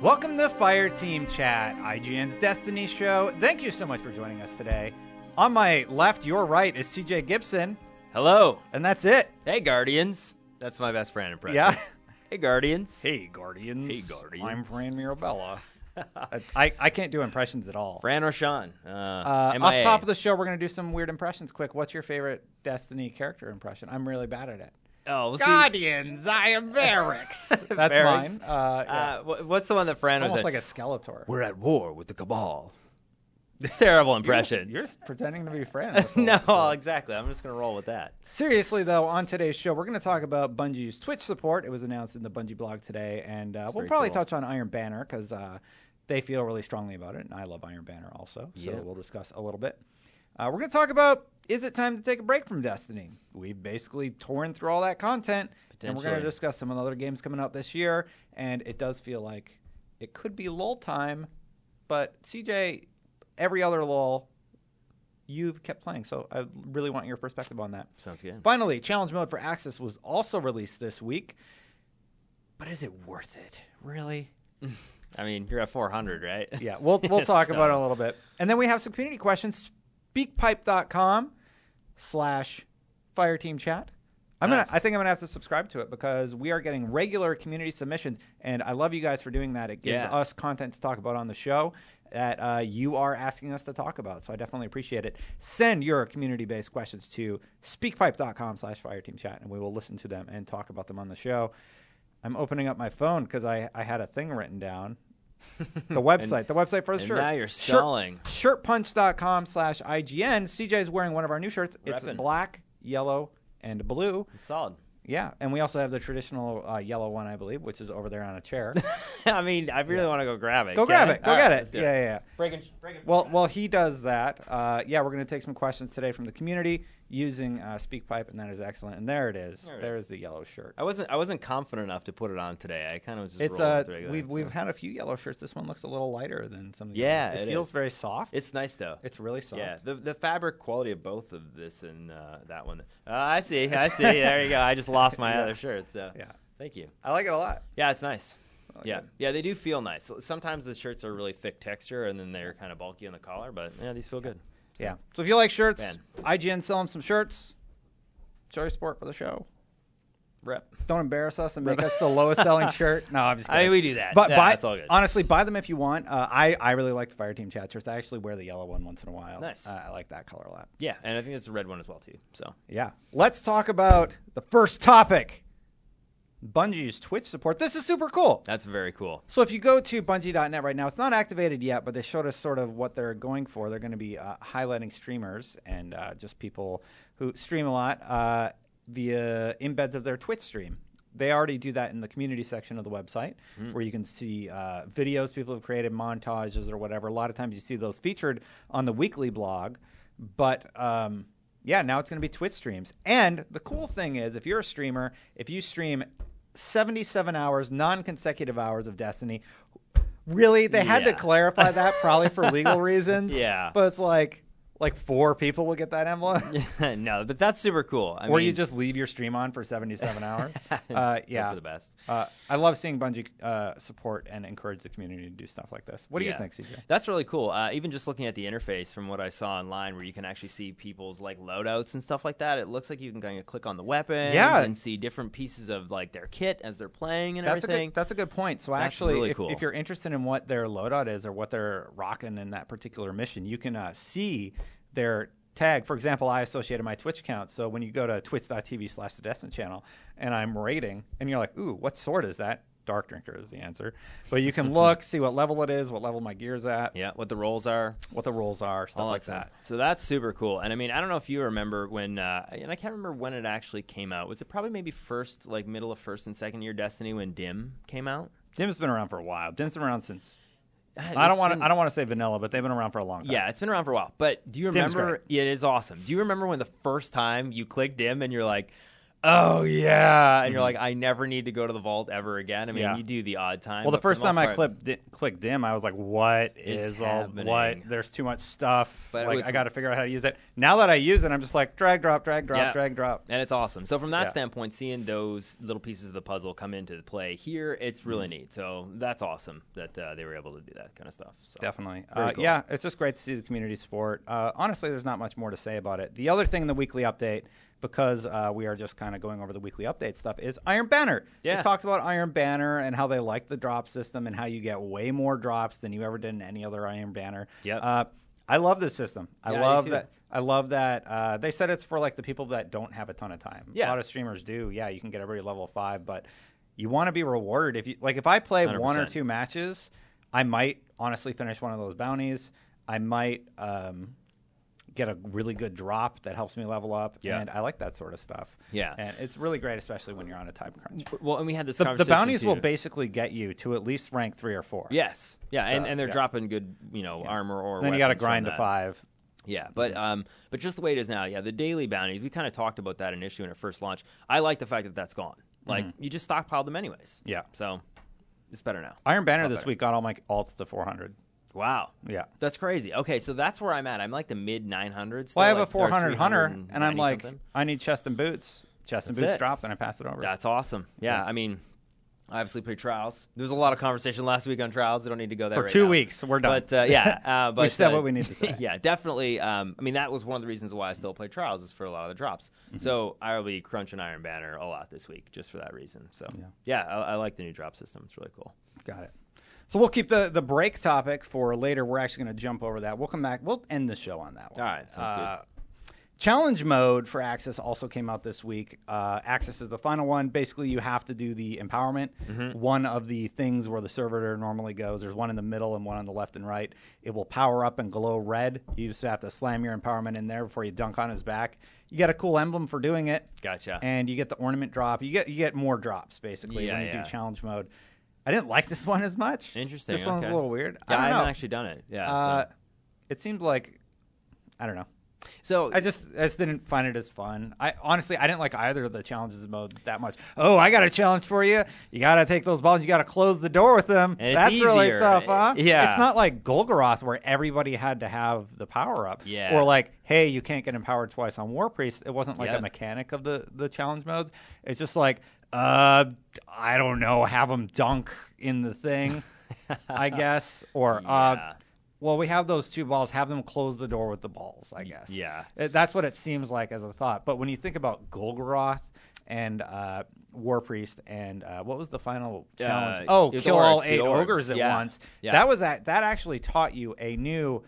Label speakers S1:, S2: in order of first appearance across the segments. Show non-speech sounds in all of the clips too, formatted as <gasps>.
S1: Welcome to Fire Team Chat, IGN's Destiny show. Thank you so much for joining us today. On my left, your right, is CJ Gibson,
S2: Hello.
S1: and that's it.
S2: Hey, Guardians. That's my best friend impression.
S1: Yeah.
S2: Hey, Guardians.
S1: Hey, Guardians.
S2: Hey, Guardians.
S1: I'm Fran Mirabella. <laughs> I, I, I can't do impressions at all.
S2: Fran or Sean? Uh,
S1: Uh,
S2: MIA.
S1: off top of the show, we're going to do some weird impressions quick. What's your favorite Destiny character impression? I'm really bad at it.
S2: Oh, we'll see.
S3: Guardians, I
S1: <laughs>
S3: am Varix.
S1: That's
S2: Barracks.
S1: mine. Uh, yeah.
S2: Uh, wh- what's the one that Fran was
S1: Almost
S2: at?
S1: like a Skeletor.
S2: We're at war with the Cabal. It's terrible impression. <laughs>
S1: You're just pretending to be friends. <laughs> this whole
S2: no,
S1: episode.
S2: exactly. I'm just going to roll with that.
S1: Seriously, though, on today's show, we're going to talk about Bungie's Twitch support. It was announced in the Bungie blog today, and uh, we'll
S2: very
S1: probably
S2: cool.
S1: touch on Iron Banner because uh, they feel really strongly about it, and I love Iron Banner also. So
S2: Yeah.
S1: we'll discuss a little bit. Uh, we're going to talk about is it time to take a break from Destiny? We've basically torn through all that content, and we're going to
S2: Potentially.
S1: discuss some of the other games coming out this year. And it does feel like it could be lull time, but CJ, every other lull, you've kept playing, so I really want your perspective on that.
S2: Sounds good.
S1: Finally, Challenge Mode for Axis was also released this week. But is it worth it? Really?
S2: I mean, you're at 400, right?
S1: <laughs> Yeah,
S2: <laughs>
S1: we'll we'll talk
S2: So-
S1: about it a little bit. And then we have some community questions. Speakpipe.com slash fireteam chat. I'm
S2: Nice.
S1: gonna I think I'm gonna have to subscribe to it because we are getting regular community submissions and I love you guys for doing that. It gives
S2: Yeah.
S1: us content to talk about on the show that uh, you are asking us to talk about. So I definitely appreciate it. Send your community based questions to speakpipe.com slash fireteam chat and we will listen to them and talk about them on the show. I'm opening up my phone because I, I had a thing written down. The website. the website for the
S2: Hmm. and
S1: shirt.
S2: now you're
S1: Shirt-
S2: stalling.
S1: Shirtpunch.com slash IGN. CJ is wearing one of our new shirts. It's
S2: Reppin'.
S1: black, yellow, and blue.
S2: Solid. <laughs>
S1: Yeah. And we also have the traditional uh, yellow one, I believe, which is over there on a
S2: <laughs>
S1: chair.
S2: I mean, I really want to go grab it.
S1: Go
S2: Can
S1: grab
S2: I?
S1: it. Go
S2: All
S1: get
S2: right,
S1: it.
S2: let's do
S1: Yeah, yeah, yeah.
S2: Breaking, breaking.
S1: Well, while he does that, uh, yeah, we're going to take some questions today from the community using uh, SpeakPipe, and that is excellent. And there it is. There
S2: There
S1: is
S2: it is.
S1: the yellow shirt.
S2: I wasn't. I wasn't confident enough to put it on today. I kind of was just.
S1: It's
S2: rolling
S1: uh,
S2: with the regular
S1: we've
S2: thing,
S1: we've
S2: so.
S1: had a few yellow shirts. This one looks a little lighter than some of the
S2: Yeah,
S1: others. it,
S2: it
S1: feels
S2: is.
S1: very soft.
S2: It's nice though.
S1: it's really soft.
S2: Yeah, the the fabric quality of both of this and uh, that one. Uh, I see,
S1: <laughs>
S2: I see. There you go. I just lost my
S1: Yeah.
S2: other shirt. So
S1: Yeah. Oh,
S2: thank you.
S1: I like it a lot.
S2: Yeah, it's nice.
S1: like
S2: yeah,
S1: it.
S2: yeah, they do feel nice. So- Sometimes the shirts are really thick texture, and then they're kind of bulky on the collar. But yeah, these feel good. So-
S1: yeah. So if you like shirts,
S2: Man.
S1: IGN sell them some shirts. Show your support for the show.
S2: rep.
S1: Don't embarrass us and
S2: <laughs>
S1: make us the lowest selling shirt. No, I'm just
S2: I
S1: kidding.
S2: mean, we do that.
S1: but
S2: yeah,
S1: buy,
S2: that's all good.
S1: honestly, buy them if you want. Uh, I, I really like the Fire Team Chat shirts. I actually wear the yellow one once in a while.
S2: Nice.
S1: Uh, I like that color a lot.
S2: yeah, and I think it's a red one as well too. So
S1: Yeah. Let's talk about the first topic Bungie's Twitch support. This is super cool.
S2: that's very cool. <laughs>
S1: So if you go to Bungie.net right now, it's not activated yet, but they showed us sort of what they're going for. They're going to be uh, highlighting streamers and uh, just people who stream a lot uh, via embeds of their Twitch stream. They already do that in the community section of the website, where you can see uh, videos people have created, montages or whatever. A lot of times you see those featured on the weekly blog, but um, yeah, now it's going to be Twitch streams. And the cool thing is, if you're a streamer, if you stream 77 hours, non consecutive hours of Destiny. Really? They had to
S2: Yeah.
S1: clarify that probably
S2: <laughs>
S1: for legal reasons.
S2: Yeah.
S1: But it's like like four people will get that
S2: <laughs>
S1: emblem.
S2: no, but that's super cool.
S1: <laughs>
S2: I
S1: or
S2: mean,
S1: you just leave your stream on for
S2: <laughs>
S1: 77 hours. uh,
S2: hope
S1: yeah.
S2: for the best.
S1: Uh, I love seeing Bungie uh, support and encourage the community to do stuff like this. What do you
S2: Yeah.
S1: think, CJ?
S2: That's really cool. Uh, even just looking at the interface from what I saw online, where you can actually see people's like loadouts and stuff like that. It looks like you can kind of click on the weapon,
S1: Yeah.
S2: and see different pieces of like their kit as they're playing and
S1: That's a,
S2: everything.
S1: good, that's a good point. So
S2: That's
S1: actually,
S2: really
S1: if,
S2: cool.
S1: if you're interested in what their loadout is or what they're rocking in that particular mission, you can uh, see their tag. For example, I associated my Twitch account. So when you go to twitch.tv slash the Destin channel and I'm rating and you're like, ooh, what sword is that? Dark Drinker is the answer. But you
S2: <laughs>
S1: can look, see what level it is, what level my gear's at,
S2: yeah, what the roles are,
S1: what the rolls are, stuff
S2: all
S1: like
S2: stuff.
S1: that.
S2: So that's super cool. And I mean, I don't know if you remember when, uh, and I can't remember when it actually came out. Was it probably maybe first, like middle of first and second year Destiny when Dim came out?
S1: Dim's been around for a while. Dim's been around since I don't want to I don't want to say vanilla, but they've been around for a long time.
S2: Yeah, it's been around for a while. But do you
S1: Dim's
S2: remember? Yeah, it is awesome. Do you remember when the first time you clicked dim and you're like, oh yeah, and you're like, I never need to go to the vault ever again. I mean,
S1: Mm-hmm. Yeah.
S2: you do the odd time.
S1: Well, the
S2: but for
S1: first time
S2: most
S1: I
S2: part-
S1: clipped di- clicked dim, I was like, "What
S2: Is
S1: is all what?
S2: happening?"
S1: There's too much stuff.
S2: But it
S1: like
S2: was-
S1: I got to figure out how to use it." Now that I use it, I'm just like drag drop, drag drop,
S2: Yeah.
S1: drag drop.
S2: And it's awesome. So from that
S1: Yeah.
S2: standpoint, seeing those little pieces of the puzzle come into play here, it's really
S1: Mm-hmm.
S2: neat. So that's awesome that uh, they were able to do that kind of stuff. So.
S1: Definitely.
S2: Very
S1: Uh,
S2: cool.
S1: Yeah, it's just great to see the community support. Uh, honestly, there's not much more to say about it. The other thing in the weekly update, because uh, we are just kind of going over the weekly update stuff, is Iron Banner.
S2: Yeah.
S1: They talked about Iron Banner and how they like the drop system and how you get way more drops than you ever did in any other Iron Banner.
S2: Yep.
S1: Uh, I love this system. I
S2: Yeah, I do
S1: love
S2: too.
S1: that. I love that. Uh, they said it's for like the people that don't have a ton of time.
S2: Yeah.
S1: A lot of streamers do. Yeah, you can get every level five, but you want to be rewarded if you like. If I play one or
S2: 100%.
S1: two two matches, I might honestly finish one of those bounties. I might um, get a really good drop that helps me level up,
S2: Yeah.
S1: and I like that sort of stuff.
S2: Yeah.
S1: and it's really great, especially when you're on a time crunch.
S2: Well, and we had this
S1: The, the
S2: conversation.
S1: bounties will
S2: too.
S1: basically get you to at least rank three or four.
S2: Yes. Yeah, and,
S1: So,
S2: and they're
S1: yeah.
S2: dropping good, you know, armor or.
S1: and then you got to
S2: weapons from
S1: grind to
S2: that.
S1: five.
S2: Yeah, but um, but just the way it is now, yeah, the daily bounties. We kind of talked about that initially when it first launched. I like the fact that that's gone. Like you just stockpiled them anyways.
S1: Mm-hmm. Yeah.
S2: So it's better now.
S1: Iron Banner this
S2: better.
S1: week got all my alts to 400.
S2: Wow.
S1: Yeah.
S2: That's crazy. Okay, so that's where I'm at. I'm like the mid 900s.
S1: Well, I have a
S2: still, like- or
S1: 400 hunter, and I'm
S2: 390
S1: like,
S2: something.
S1: I need chest and boots. Chest and
S2: That's
S1: boots
S2: it.
S1: dropped, and I pass it over.
S2: That's awesome. Yeah, I mean, I obviously play trials. There was a lot of conversation last week on trials. We don't need to go there
S1: For
S2: right
S1: two
S2: now.
S1: weeks, we're done.
S2: But uh,
S1: <laughs>
S2: yeah, uh,
S1: We've
S2: but
S1: said
S2: uh,
S1: what we need to say.
S2: <laughs> yeah, definitely. Um, I mean, that was one of the reasons why I still play trials is for a lot of the drops.
S1: Mm-hmm.
S2: So I will be crunching Iron Banner a lot this week just for that reason. So yeah, I, I like the new drop system. It's really cool.
S1: Got it. So we'll keep the, the break topic for later. We're actually going to jump over that. We'll come back. We'll end the show on that one.
S2: All right, Uh, sounds good.
S1: Challenge mode for Axis also came out this week. Uh, Axis is the final one. Basically, you have to do the empowerment.
S2: Mm-hmm.
S1: One of the things where the servitor normally goes. There's one in the middle and one on the left and right. It will power up and glow red. You just have to slam your empowerment in there before you dunk on his back. You get a cool emblem for doing it.
S2: Gotcha.
S1: And you get the ornament drop. You get you get more drops basically
S2: Yeah,
S1: when you
S2: yeah.
S1: do challenge mode. I didn't like this <laughs> one as much.
S2: Interesting.
S1: This one's
S2: okay.
S1: a little weird. I
S2: Yeah,
S1: don't
S2: haven't
S1: know.
S2: actually done it. Yeah.
S1: Uh,
S2: so-
S1: It seemed like I don't know.
S2: so,
S1: I just I just didn't find it as fun. I honestly I didn't like either of the challenges mode that much. Oh, I got a challenge for you. You gotta take those balls. You gotta close the door with them.
S2: And it's
S1: That's really
S2: easier.
S1: tough, huh?
S2: Yeah.
S1: It's not like Golgoroth where everybody had to have the power up.
S2: Yeah.
S1: Or like, hey, you can't get empowered twice on War Priest. It wasn't like
S2: Yeah.
S1: a mechanic of the the challenge modes. It's just like, uh, I don't know, have them dunk in the
S2: <laughs>
S1: thing, I guess, or
S2: Yeah.
S1: uh. Well, we have those two balls. Have them close the door with the balls, I guess.
S2: Yeah.
S1: It- that's what it seems like as a thought. But when you think about Golgoroth and uh, War Priest and uh, what was the final challenge?
S2: Uh,
S1: oh,
S2: it was
S1: kill all
S2: orcs, the
S1: eight
S2: orcs.
S1: ogres at
S2: Yeah.
S1: once.
S2: Yeah.
S1: That was a, that actually taught you a new,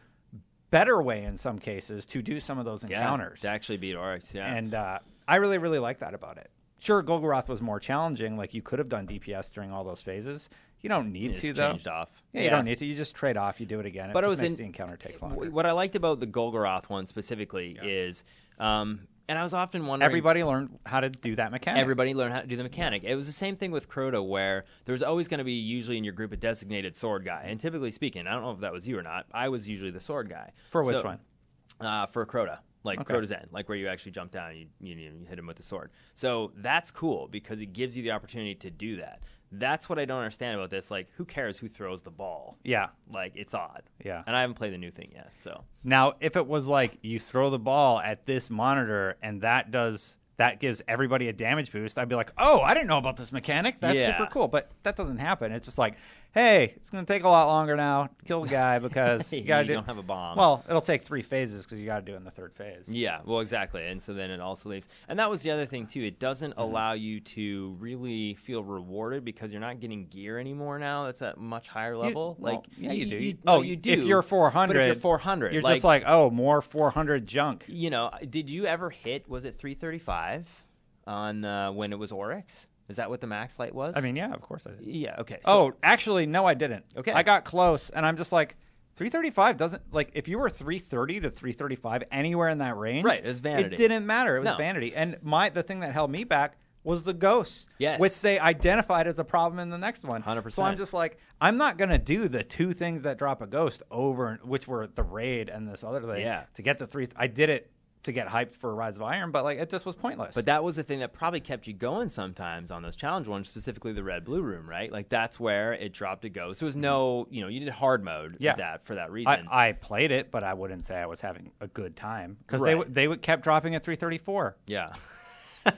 S1: better way in some cases to do some of those
S2: yeah,
S1: encounters.
S2: To actually beat Oryx. Yeah.
S1: And uh, I really, really like that about it. Sure, Golgoroth was more challenging. Like you could have done DPS during all those phases. You don't need
S2: It's
S1: to though.
S2: changed off.
S1: Yeah, you don't need to. You just trade off. You do it again. It
S2: But it
S1: just
S2: was
S1: makes
S2: in-
S1: the encounter take
S2: W-
S1: longer.
S2: What I liked about the Golgoroth one specifically is, um, and I was often wondering.
S1: Everybody learned how to do that mechanic.
S2: Everybody learned how to do the mechanic. It was the same thing with Crota, where there's always going to be usually in your group a designated sword guy. And typically speaking, I don't know if that was you or not. I was usually the sword guy.
S1: For which
S2: So-
S1: one?
S2: Uh, for Crota, like
S1: Okay.
S2: Crota's end, like where you actually jump down and you, you, you hit him with the sword. So that's cool because it gives you the opportunity to do that. That's what I don't understand about this. Like, who cares who throws the ball?
S1: Yeah.
S2: Like, it's odd.
S1: Yeah.
S2: And I haven't played the new thing yet, so.
S1: Now, if it was like you throw the ball at this monitor and that does that gives everybody a damage boost, I'd be like, "Oh, I didn't know about this mechanic. That's
S2: Yeah.
S1: super cool." But that doesn't happen. It's just like, "Hey, it's going to take a lot longer now to kill the
S2: <laughs>
S1: guy because you
S2: You
S1: got to do
S2: don't have a bomb.
S1: Well, it'll take 3 phases cuz you got to do it in the third phase.
S2: Yeah, well, exactly. And so then it also leaves. And that was the other thing, too. It doesn't
S1: Mm-hmm.
S2: allow you to really feel rewarded because you're not getting gear anymore now. That's at a much higher level.
S1: well,
S2: like,
S1: yeah, you do.
S2: oh,
S1: no,
S2: you do.
S1: If you're 400,
S2: But if you're 400,
S1: you're just like, "Oh, more 400 junk."
S2: you know, did you ever hit, was it 335 on uh, when it was Oryx? Is that what the max light was?
S1: I mean, yeah, of course I did.
S2: yeah, okay. So,
S1: Oh, actually, no, I didn't.
S2: Okay.
S1: I got close, and I'm just like, 335 doesn't like if you were 330 to 335 anywhere in that range.
S2: Right, it was vanity.
S1: It didn't matter. It was
S2: No.
S1: vanity, and my the thing that held me back was the ghosts.
S2: Yes.
S1: which they identified as a problem in the next one.
S2: 100%.
S1: So I'm just like, I'm not gonna do the two things that drop a ghost over, and- which were the raid and this other thing.
S2: Yeah.
S1: to get the three. I did it to get hyped for Rise of Iron, but like it just was pointless.
S2: But that was the thing that probably kept you going sometimes on those challenge ones, specifically the red blue room, right? Like that's where it dropped to go. So there was no, you know, you did hard mode
S1: Mm-hmm. Yeah.
S2: with that for that reason.
S1: I, I played it, but I wouldn't say I was having a good time because they
S2: Right.
S1: w- they would kept dropping at <laughs> 334.
S2: yeah.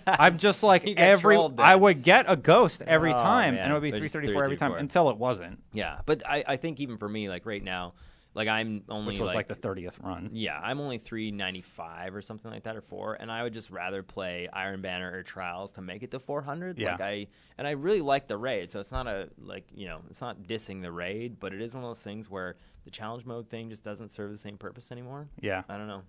S1: I'm just like
S2: You got
S1: every
S2: trolled
S1: I
S2: then.
S1: would get a ghost every
S2: Oh,
S1: time,
S2: man.
S1: and it would be
S2: They're just
S1: 334 every time
S2: 334.
S1: until it wasn't,
S2: Yeah. But I, I think even for me, like right now, like I'm only
S1: which was like, the 30th run.
S2: Yeah, I'm only 395 or something like that or 4 and I would just rather play Iron Banner or Trials to make it to 400.
S1: Yeah.
S2: Like I and I really like the raid, so it's not a like, you know, it's not dissing the raid, but it is one of those things where the challenge mode thing just doesn't serve the same purpose anymore.
S1: Yeah,
S2: I don't know.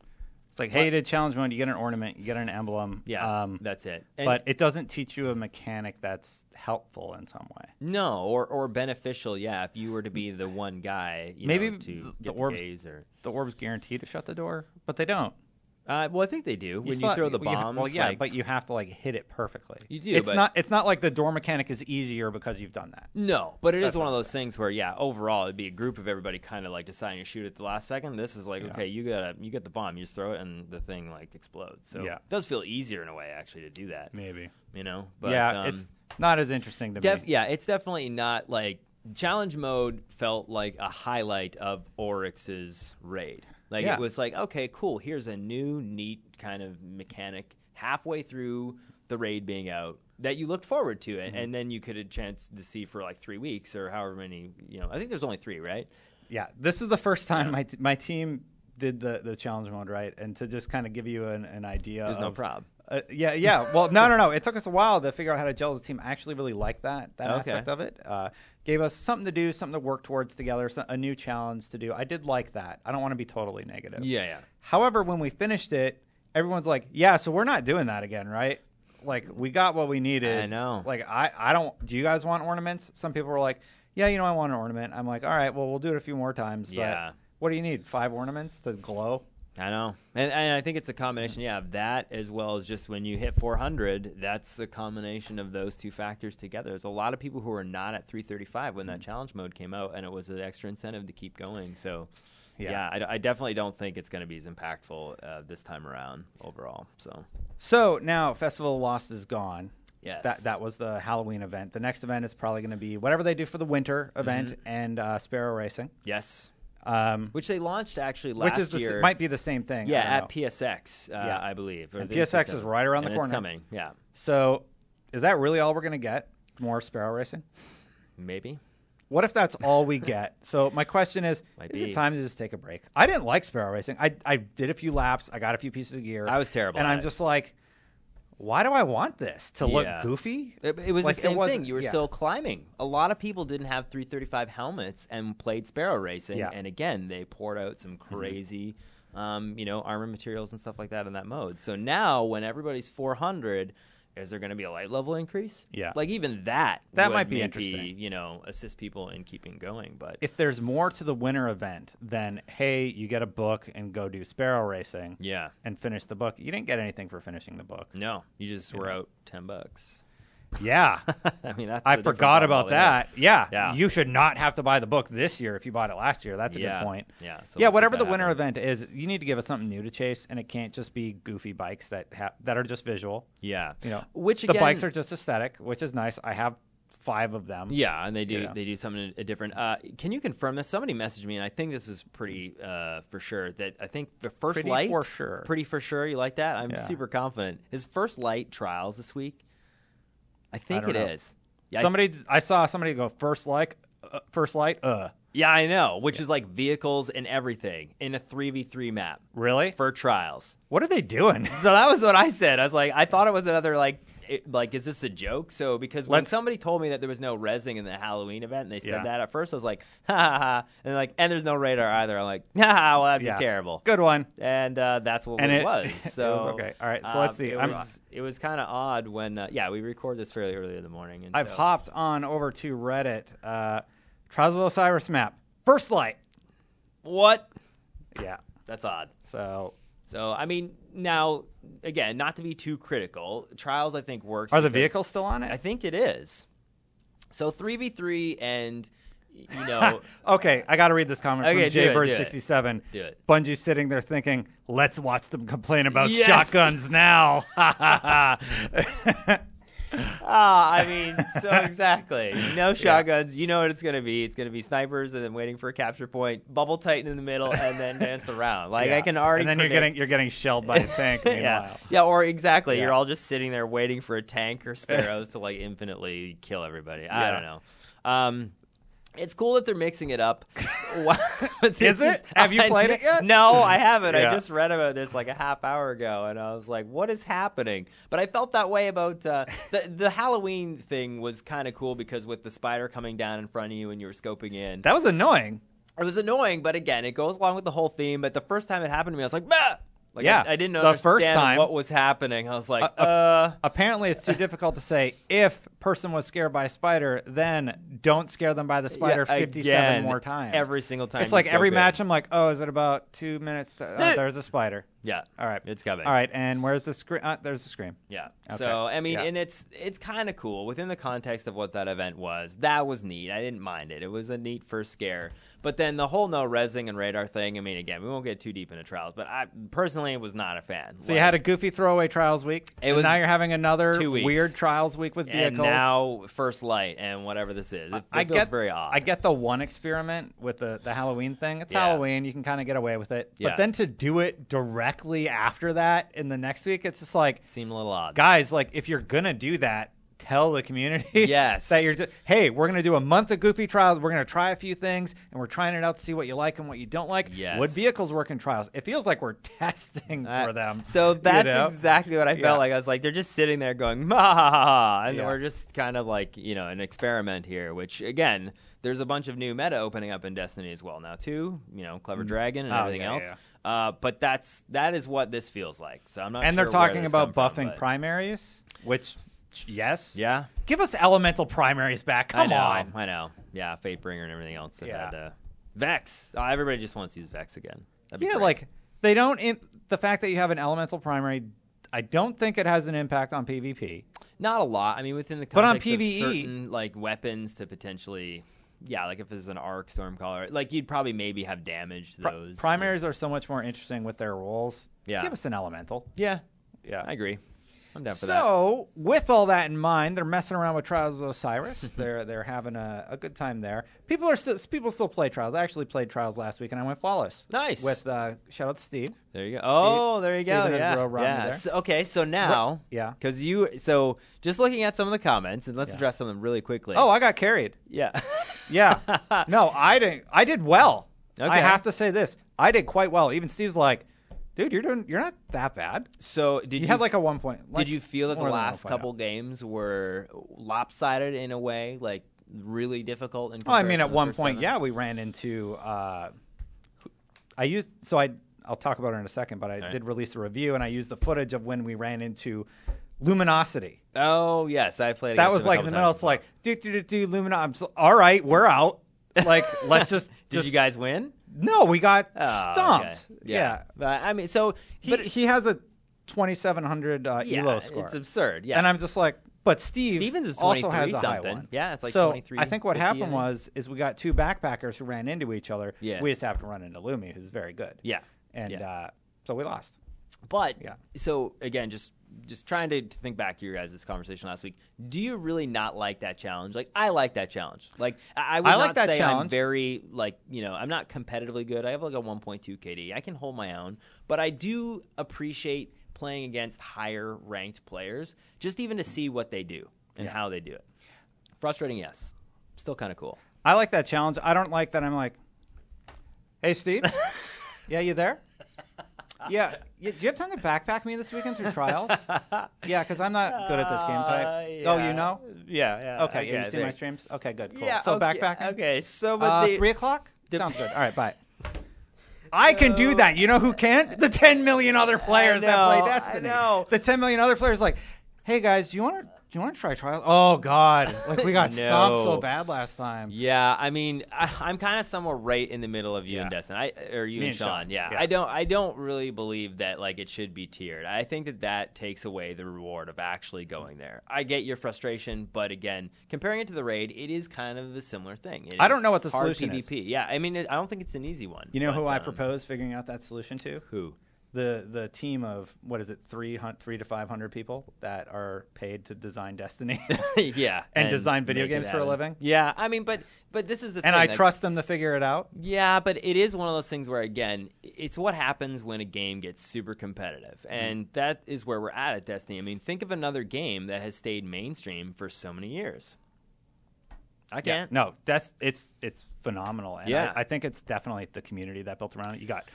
S1: it's like hey, you did challenge mode, you get an ornament, you get an emblem.
S2: Yeah.
S1: um,
S2: that's it. And-
S1: but it doesn't teach you a mechanic that's helpful in some way.
S2: no, or or beneficial, yeah, if you were to be the one guy, you
S1: Maybe
S2: know, to
S1: the-
S2: get
S1: the
S2: the,
S1: orbs-
S2: gaze or
S1: The orb's guaranteed to shut the door, but they don't.
S2: uh, well, I think they do. when
S1: still-
S2: you throw the
S1: well,
S2: bombs,
S1: well, yeah,
S2: like-
S1: but you have to like hit it perfectly.
S2: You do,
S1: It's
S2: but-
S1: not. It's not like the door mechanic is easier because you've done that.
S2: No, but it is
S1: That's
S2: one
S1: what
S2: of those things where, yeah, overall, it'd be a group of everybody kind of like deciding to shoot at the last second. This is like, okay, you got to you get the bomb, you just throw it, and the thing like explodes. So
S1: Yeah.
S2: it does feel easier in a way actually to do that,
S1: Maybe.
S2: you know. But
S1: yeah,
S2: um,
S1: it's not as interesting to
S2: def-
S1: me.
S2: yeah, it's definitely not like challenge mode felt like a highlight of Oryx's raid. Like
S1: Yeah.
S2: it was like, okay, cool, here's a new neat kind of mechanic halfway through the raid being out that you looked forward to
S1: Mm-hmm.
S2: it and then you could had chance to see for like 3 weeks or however many, you know. I think there's only 3, right?
S1: Yeah, this is the first time my t- my team did the the challenge mode right, and to just kind of give you an, an idea.
S2: There's no
S1: of-
S2: prob.
S1: Uh, yeah, yeah. Well, no, no, no. It took us a while to figure out how to gel as a team. I actually really liked that that
S2: Okay.
S1: aspect of it. Uh, gave us something to do, something to work towards together, so- a new challenge to do. I did like that. I don't want to be totally negative.
S2: Yeah, yeah.
S1: However, when we finished it, everyone's like, "Yeah, so we're not doing that again, right?" Like we got what we needed.
S2: I know.
S1: Like I, I don't. Do you guys want ornaments? Some people were like, "Yeah, you know, I want an ornament." I'm like, "All right, well, we'll do it a few more times." But
S2: Yeah.
S1: What do you need? Five ornaments to glow?
S2: I know, and, and I think it's a combination, yeah, of that as well as just when you hit 400. That's a combination of those two factors together. There's a lot of people who are not at 335
S1: Mm-hmm.
S2: when that challenge mode came out, and it was an extra incentive to keep going. So,
S1: Yeah.
S2: yeah, I d- I, definitely don't think it's going to be as impactful uh, this time around overall. So,
S1: So now Festival of Lost is gone.
S2: Yes.
S1: That that was the Halloween event. The next event is probably going to be whatever they do for the winter event
S2: Mm-hmm.
S1: and uh, Sparrow Racing,
S2: yes,
S1: um,
S2: which they launched actually last
S1: which is the, s-
S2: year.
S1: might be the same thing. I
S2: yeah,
S1: don't know.
S2: at PSX, uh,
S1: Yeah.
S2: I believe. or
S1: And
S2: this
S1: PSX is
S2: December.
S1: right around the
S2: And it's
S1: corner.
S2: coming. Yeah,
S1: So, is that really all we're going to get? More sparrow racing?
S2: maybe.
S1: What if that's all we
S2: <laughs>
S1: get? So, my question is
S2: Might
S1: is
S2: be.
S1: it time to just take a break? I didn't like sparrow racing. I, I did a few laps, I got a few pieces of gear.
S2: I was terrible
S1: And
S2: at
S1: I'm
S2: it.
S1: just like, why do I want this? To
S2: Yeah.
S1: look goofy?
S2: It, it was
S1: Like,
S2: the same
S1: wasn't-
S2: thing. You were
S1: yeah.
S2: still climbing. A lot of people didn't have 335 helmets and played Sparrow Racing.
S1: Yeah. Mm-hmm.
S2: And again, they poured out some crazy, um, you know, armor materials and stuff like that in that mode. So now, when everybody's 400, is there going to be a light level increase?
S1: Yeah.
S2: Like even that.
S1: That
S2: would
S1: might be
S2: maybe,
S1: interesting.
S2: you know, assist people in keeping going. But
S1: If there's more to the winter event than, hey, you get a book and go do sparrow racing
S2: yeah, Mm.
S1: and finish the book, you didn't get anything for finishing the book.
S2: no, you just were out 10 bucks. <laughs>
S1: Yeah.
S2: I mean, that's
S1: I
S2: a different
S1: forgot
S2: model
S1: about
S2: altogether.
S1: that. Yeah.
S2: Yeah.
S1: You should not have to buy the book this year if you bought it last year. That's a
S2: Yeah.
S1: good point.
S2: Yeah, so
S1: yeah.
S2: we'll see if
S1: Whatever
S2: that
S1: the winter
S2: happens.
S1: event is, you need to give us something new to chase, and it can't just be goofy bikes that ha- that are just visual.
S2: Yeah.
S1: You know,
S2: which
S1: the
S2: again,
S1: bikes are just aesthetic, which is nice. I have five of them.
S2: Yeah, and they do
S1: You know?
S2: they do something uh, different. Uh, can you confirm this? Somebody messaged me, and I think this is pretty uh, for sure. That I think the first
S1: Pretty
S2: light
S1: for sure.
S2: pretty for sure. You like that? I'm
S1: Yeah.
S2: super confident. His first light trials this week. I think
S1: don't
S2: it is.
S1: know.
S2: Yeah, I-
S1: Somebody, I saw somebody go first like, uh, first light. Uh,
S2: yeah, I know. Which is like vehicles and everything in a three v three map
S1: really?
S2: for trials.
S1: What are they doing?
S2: So that was what I said. I was like, I thought it was another like. It, like, is this a joke? So, because when
S1: Let's-
S2: somebody told me that there was no resing in the Halloween event, and they said
S1: Yeah.
S2: that at first, I was like, ha ha ha, and like, and there's no radar either. I'm like, <laughs> ha ha, well,
S1: <laughs>
S2: that'd
S1: Yeah.
S2: be terrible.
S1: Good one.
S2: And uh, that's what
S1: And <laughs>
S2: it,
S1: it-
S2: was.
S1: it was
S2: So um,
S1: okay. All right, so let's see.
S2: It
S1: I'm-
S2: was, it was kind of odd when, uh, yeah, we record this fairly early in the morning. And
S1: I've
S2: so-
S1: hopped on over to Reddit. Uh, Trials of Osiris map. First light.
S2: what?
S1: Yeah.
S2: That's odd.
S1: So
S2: So, I mean, now again, not to be too critical, trials I think works.
S1: Are the
S2: because-
S1: vehicles still on it?
S2: I think it is. So 3v3 and you know,
S1: Okay, I got to read this comment
S2: Okay, do it,
S1: from
S2: do it.
S1: Jaybird67.
S2: Do it.
S1: Bungie's sitting there thinking, let's watch them complain about
S2: Yes.
S1: shotguns now.
S2: <laughs> <laughs>
S1: <laughs>
S2: ah, I mean,
S1: <laughs>
S2: so exactly. No shotguns. You know what it's going to be. It's going to be snipers and then waiting for a capture point, bubble tighten in the middle, and then dance around. Like
S1: Yeah.
S2: I can already.
S1: And then you're
S2: predict-
S1: getting you're getting shelled by a tank.
S2: <laughs> yeah,
S1: Meanwhile,
S2: yeah, or exactly.
S1: Yeah.
S2: You're all just sitting there waiting for a tank
S1: <laughs>
S2: or sparrows to like infinitely kill everybody. I
S1: Yeah.
S2: don't know. Um, it's cool that they're mixing
S1: <laughs>
S2: it up. Wha- but this
S1: Is it? Have you
S2: I-
S1: played it yet?
S2: No, I haven't.
S1: Yeah.
S2: I just read about this like a half hour ago, and I was like, "What is happening?" But I felt that way
S1: <laughs>
S2: about uh, the the Halloween thing was kind of cool because with the spider coming down in front of you and you were scoping in,
S1: that was annoying.
S2: it was annoying, but again, it goes along with the whole theme. But the first time it happened to me, I was like, bah! Like,
S1: Yeah,
S2: I, I didn't
S1: the
S2: know
S1: first time.
S2: what was happening. I was like,
S1: Uh,
S2: uh,
S1: uh, Apparently, it's too difficult to say if person was scared by a spider, then don't scare them by the spider
S2: yeah,
S1: 57
S2: again,
S1: more times.
S2: Every single time.
S1: it's
S2: you
S1: like every
S2: scope in.
S1: match, I'm like, oh, is it about two minutes? To, oh, there's a spider.
S2: Yeah.
S1: All right.
S2: It's coming.
S1: All right, and where's the scream? Uh, there's the scream.
S2: Yeah.
S1: Okay.
S2: So I mean,
S1: Yeah.
S2: and it's it's kind of cool within the context of what that event was. That was neat. I didn't mind it. It was a neat first scare. But then the whole no resing and radar thing. I mean, again, we won't get too deep into trials, but I personally was not a fan.
S1: So you had a goofy throwaway trials week.
S2: It
S1: and
S2: was
S1: now you're having another
S2: two weeks.
S1: weird trials week with vehicles.
S2: and now first light and whatever this is. It, it
S1: I
S2: feels
S1: get
S2: very odd.
S1: I get the one experiment with the, the Halloween thing. It's
S2: Yeah.
S1: Halloween, you can kind of get away with it.
S2: Yeah.
S1: But then to do it directly after that in the next week, it's just like,
S2: seem a little odd.
S1: guys, like if you're gonna do that, tell the community <laughs>
S2: Yes.
S1: that you're. Just, hey, we're gonna do a month of goofy trials. We're gonna try a few things, and we're trying it out to see what you like and what you don't like.
S2: Yes.
S1: Would vehicles work in trials? It feels like we're <laughs> testing
S2: Uh,
S1: for them.
S2: So
S1: you
S2: that's
S1: know?
S2: exactly what I felt
S1: Yeah.
S2: like. I was like, they're just sitting there going, ma ha ha ha, ha," and
S1: Yeah.
S2: we're just kind of like, you know, an experiment here. Which again, there's a bunch of new meta opening up in Destiny as well now too. You know, Clever Dragon and
S1: Oh,
S2: everything
S1: yeah,
S2: else.
S1: yeah,
S2: Uh, but that's that is what this feels like. So I'm not.
S1: And
S2: sure
S1: they're
S2: where
S1: talking
S2: this
S1: about
S2: come from,
S1: buffing
S2: but-
S1: primaries, which yes,
S2: Yeah,
S1: Give us elemental primaries back. Come
S2: I know,
S1: on.
S2: I know. Yeah, Fatebringer and everything else. That
S1: Yeah.
S2: had, uh, Vex. Oh, everybody just wants to use Vex again. That'd be
S1: Yeah,
S2: great.
S1: like they don't. Imp- the fact that you have an elemental primary, I don't think it has an impact on PvP.
S2: Not a lot. I mean, within the
S1: But on E,
S2: context of
S1: PvE
S2: certain like weapons to potentially, yeah, like if there's an arc stormcaller, like you'd probably maybe have damage to
S1: Pri-
S2: those
S1: primaries are so much more interesting with their roles.
S2: Yeah.
S1: Give us an elemental.
S2: Yeah,
S1: Yeah.
S2: I agree. I'm down for that.
S1: so, with all that in mind, they're messing around with Trials of
S2: <laughs>
S1: Osiris. they're they're having a, a good time there. People are still, people still play Trials. I actually played Trials last week and I went flawless.
S2: Nice.
S1: With uh, shout out to Steve.
S2: There you go. Oh, there you
S1: Steven
S2: go.
S1: has
S2: Yeah.
S1: Ro Romney
S2: yeah.
S1: there.
S2: So- okay. So now,
S1: Yeah.
S2: because you, so just looking at some of the comments, and let's address some of them really quickly.
S1: Oh, I got carried.
S2: yeah. <laughs>
S1: Yeah. no, I didn't. I did well. I
S2: Okay.
S1: have to say this. I did quite well. Even Steve's like, dude, you're doing. You're not that bad.
S2: so did you,
S1: You, had like a one point. like,
S2: did you feel that the
S1: more than
S2: last
S1: 1.0.
S2: couple games were lopsided in a way, like really difficult? In
S1: Well, Oh, I mean,
S2: comparison to
S1: at
S2: the
S1: one
S2: first
S1: point,
S2: seven?
S1: yeah, we ran into. Uh, I used so I. I'll talk about it in a second, but I
S2: right.
S1: did release a review and I used the footage of when we ran into luminosity.
S2: Oh yes, I played.
S1: That
S2: against
S1: was
S2: him a
S1: like in the
S2: couple
S1: middle.
S2: times
S1: It's
S2: as well.
S1: like do do do do lumina. I'm so, all right, we're out. Like
S2: <laughs>
S1: let's just.
S2: did
S1: just
S2: you guys win?
S1: No, we got
S2: Oh,
S1: stomped.
S2: okay.
S1: yeah,
S2: But, I mean, so
S1: He,
S2: but
S1: he has a 2,700 uh,
S2: yeah,
S1: ELO score.
S2: it's absurd. Yeah,
S1: And I'm just like, but Steve
S2: Stevens is
S1: also has a
S2: 23
S1: high
S2: something.
S1: one.
S2: Yeah, it's like
S1: so
S2: 23,
S1: I think what
S2: 50, I
S1: happened
S2: think.
S1: was is we got two backpackers who ran into each other.
S2: Yeah.
S1: We just happened to run into Lumi, who's very good.
S2: yeah,
S1: And
S2: yeah.
S1: Uh, so we lost.
S2: But
S1: Yeah.
S2: so again, just just trying to think back to your guys' conversation last week. Do you really not like that challenge? Like I like that challenge. Like I, I would
S1: I like
S2: not
S1: that
S2: say I'm
S1: challenge.
S2: very like you know I'm not competitively good. I have like a 1.2 KD. I can hold my own, but I do appreciate playing against higher ranked players, just even to see what they do and how they do it. Frustrating, yes. Still kind
S1: <laughs>
S2: of cool.
S1: I like that challenge. I don't like that I'm like, hey, Steve.
S2: <laughs>
S1: yeah, you there? Yeah. You, do you have time to backpack me this weekend through
S2: <laughs>
S1: trials? yeah, because I'm not good at this game type.
S2: Uh,
S1: Oh,
S2: yeah. Uh,
S1: you know?
S2: Yeah. yeah
S1: Okay, yeah, you see my
S2: thanks.
S1: streams? Okay, good, cool.
S2: Yeah.
S1: so
S2: okay,
S1: backpack. me?
S2: Okay. So but
S1: Uh,
S2: the,
S1: three o'clock? Sounds good. All right,
S2: <laughs>
S1: bye. I can do that. You know who can't? The 10 million other players that
S2: know,
S1: play
S2: I
S1: Destiny.
S2: know.
S1: The 10 million other players, like, hey guys, do you want to you want to try trials? Oh God! Like we
S2: <laughs>
S1: got stomped so
S2: No.
S1: bad last time.
S2: Yeah, I mean, I, I'm kind of somewhere right in the middle of you and
S1: Yeah.
S2: Destin, I or you
S1: Me
S2: and,
S1: and
S2: Sean.
S1: Sean,
S2: Yeah.
S1: yeah.
S2: I don't, I don't really believe that like it should be tiered. I think that that takes away the reward of actually going there. I get your frustration, but again, comparing it to the raid, it is kind of a similar thing. It
S1: I don't
S2: is
S1: know what the
S2: hard
S1: solution is.
S2: PvP. Yeah, I mean, it, I don't think it's an easy one.
S1: You know who
S2: but,
S1: I
S2: um,
S1: propose figuring out that solution to?
S2: Who? <laughs>
S1: The the team of what is it three hun- three to five hundred people that are paid to design Destiny, <laughs>
S2: yeah,
S1: And design video
S2: make it
S1: games for a
S2: happen.
S1: living?
S2: Yeah, I mean, but but this is the
S1: and
S2: thing,
S1: I
S2: like-
S1: trust them to figure it out.
S2: Yeah, but it is one of those things where again, it's what happens when a game gets super competitive.
S1: Mm-hmm.
S2: And that is where we're at at Destiny. I mean, think of another game that has stayed mainstream for so many years. I can't.
S1: No, that's it's it's phenomenal. And
S2: Yeah.
S1: I, I think it's definitely the community that built around it. You got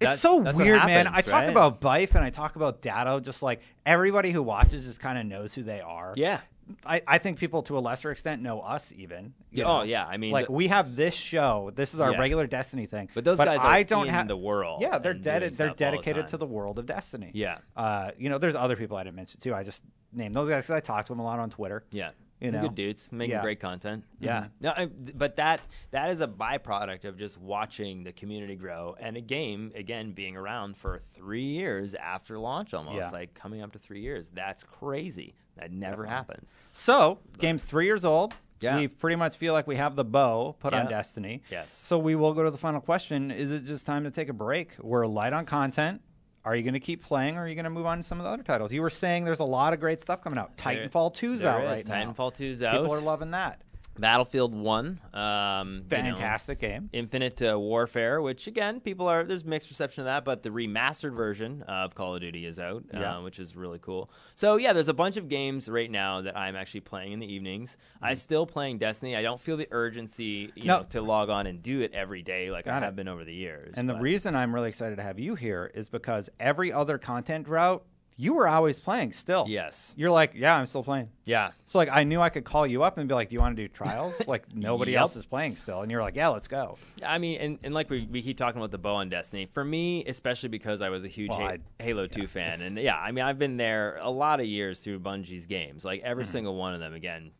S1: it's
S2: That's-
S1: so
S2: that's what
S1: weird, man.
S2: happens,
S1: I talk
S2: right?
S1: about Bife and I talk about Datto, just like everybody who watches just kind of knows who they are.
S2: Yeah.
S1: I, I think people to a lesser extent know us even. you
S2: Oh
S1: know?
S2: yeah, I mean
S1: like
S2: the-
S1: we have this show. This is our
S2: Yeah.
S1: regular Destiny thing.
S2: But those guys are
S1: I don't
S2: in
S1: have
S2: the world
S1: Yeah, they're
S2: and
S1: dedi-
S2: doing stuff
S1: They're
S2: all the
S1: dedicated
S2: time.
S1: to the world of Destiny.
S2: Yeah.
S1: Uh, you know, there's other people I didn't mention too. I just named those guys because I talked to them a lot on Twitter.
S2: Yeah.
S1: You
S2: They're
S1: know?
S2: good dudes making
S1: Yeah.
S2: great content. Yeah, no, I, but that that is a byproduct of just watching the community grow and a game again being around for three years after launch, almost
S1: Yeah.
S2: like coming up to three years. That's crazy. That never happens.
S1: So, game's three years old.
S2: Yeah.
S1: We pretty much feel like we have the bow put on
S2: Yeah.
S1: Destiny.
S2: Yes.
S1: So, we will go to the final question. Is it just time to take a break? We're light on content. Are you going to keep playing or are you going to move on to some of the other titles? You were saying there's a lot of great stuff coming out.
S2: There-
S1: Titanfall 2's
S2: there
S1: out right
S2: is.
S1: now.
S2: Titanfall 2's
S1: People
S2: out.
S1: are loving that.
S2: Battlefield One, um, you know,
S1: Fantastic game.
S2: Infinite uh, Warfare, which again, people are there's mixed reception of that, but the remastered version of Call of Duty is out,
S1: Yeah.
S2: uh, which is really cool. So yeah, there's a bunch of games right now that I'm actually playing in the evenings. I'm still playing Destiny. I don't feel the urgency, you
S1: Mm-hmm. No.
S2: know, to log on and do it every day like
S1: Got
S2: I
S1: it.
S2: have been over the years.
S1: And the
S2: but-
S1: reason I'm really excited to have you here is because every other content route, you were always playing still.
S2: yes,
S1: You're like, yeah, I'm still playing.
S2: yeah.
S1: So like I knew I could call you up and be like, "Do you want to do trials?"
S2: <laughs>
S1: Like nobody
S2: Yep.
S1: else is playing still, and you're like, "Yeah, let's go."
S2: I mean, and, and like we, we keep talking about the bow on Destiny. For me, especially because I was a huge
S1: Well,
S2: Ha-
S1: I-
S2: Halo 2 fan. And yeah, I mean, I've been there a lot of years through Bungie's games, like every single one of them. Again,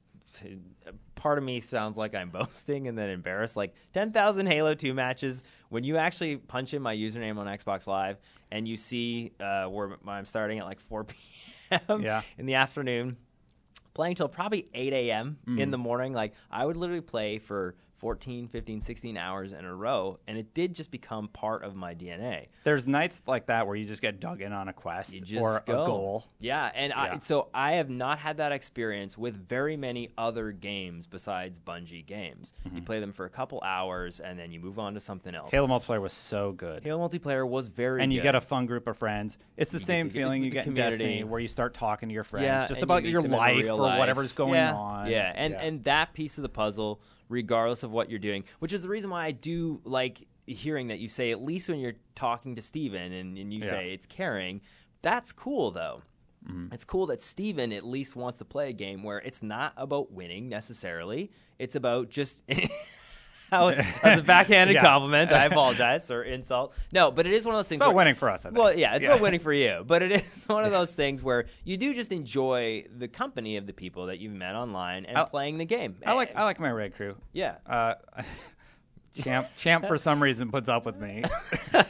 S2: t- part of me sounds like I'm <laughs> boasting and then embarrassed. Like 10,000 Halo 2 matches. When you actually punch in my username on Xbox Live and you see uh, where I'm starting at like <laughs> 4 p.m.
S1: Yeah.
S2: in the afternoon playing till probably 8 a.m. in the morning. Like, I would literally play for 14, 15, 16 hours in a row, and it did just become part of my DNA.
S1: There's nights like that where you just get dug in on a quest
S2: You just
S1: or
S2: go.
S1: a goal.
S2: Yeah, and
S1: Yeah.
S2: I, so I have not had that experience with very many other games besides Bungie games. You play them for a couple hours, and then you move on to something else.
S1: Mm-hmm. Halo multiplayer was so good.
S2: Halo multiplayer was very
S1: and you
S2: good.
S1: get a fun group of friends. It's the
S2: get
S1: same
S2: to get
S1: feeling
S2: with
S1: you
S2: the
S1: get in
S2: community.
S1: Destiny, where you start talking to your friends
S2: and
S1: just
S2: you
S1: about
S2: meet
S1: your
S2: them in
S1: life
S2: real
S1: or
S2: life.
S1: whatever's going
S2: Yeah,
S1: on.
S2: Yeah, and and that piece of the puzzle, regardless of what you're doing, which is the reason why I do like hearing that you say at least when you're talking to Steven and, and you
S1: Yeah.
S2: say it's caring. That's cool though.
S1: Mm-hmm.
S2: It's cool that Steven at least wants to play a game where it's not about winning necessarily. It's about just <laughs> how as a
S1: <laughs>
S2: backhanded
S1: Yeah.
S2: compliment. I apologize or insult. No, but it is one of those things
S1: about
S2: where-
S1: winning for us, I think.
S2: Well, yeah, it's
S1: Yeah.
S2: about winning for you, but it is <laughs> one of those things where you do just enjoy the company of the people that you've met online and
S1: I-
S2: playing the game.
S1: I like oh. I like my raid crew.
S2: yeah.
S1: uh, <laughs> champ champ for some reason puts up with
S2: <laughs>
S1: me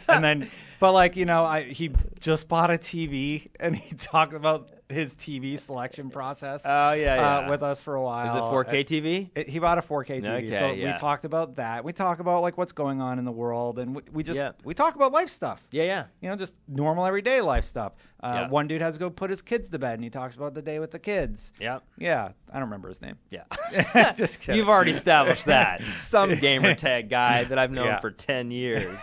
S1: and then but like you know i he just bought a tv and he <laughs> talked about his tv selection process
S2: Oh, yeah, yeah.
S1: Uh, with us for a while
S2: Is it 4K TV?
S1: It- he bought a 4k tv so
S2: Okay, yeah.
S1: we talked about that we talk about like what's going on in the world and we, we just
S2: Yeah.
S1: we talk about life stuff
S2: Yeah, yeah.
S1: you know, just normal everyday life stuff. Uh,
S2: Yeah.
S1: One dude has to go put his kids to bed, and he talks about the day with the kids.
S2: Yep.
S1: Yeah, I don't remember
S2: <laughs>
S1: his name. <laughs>
S2: Yeah.
S1: just kidding.
S2: You've already established that. Some gamer tag guy that I've known
S1: Yeah.
S2: for 10 years.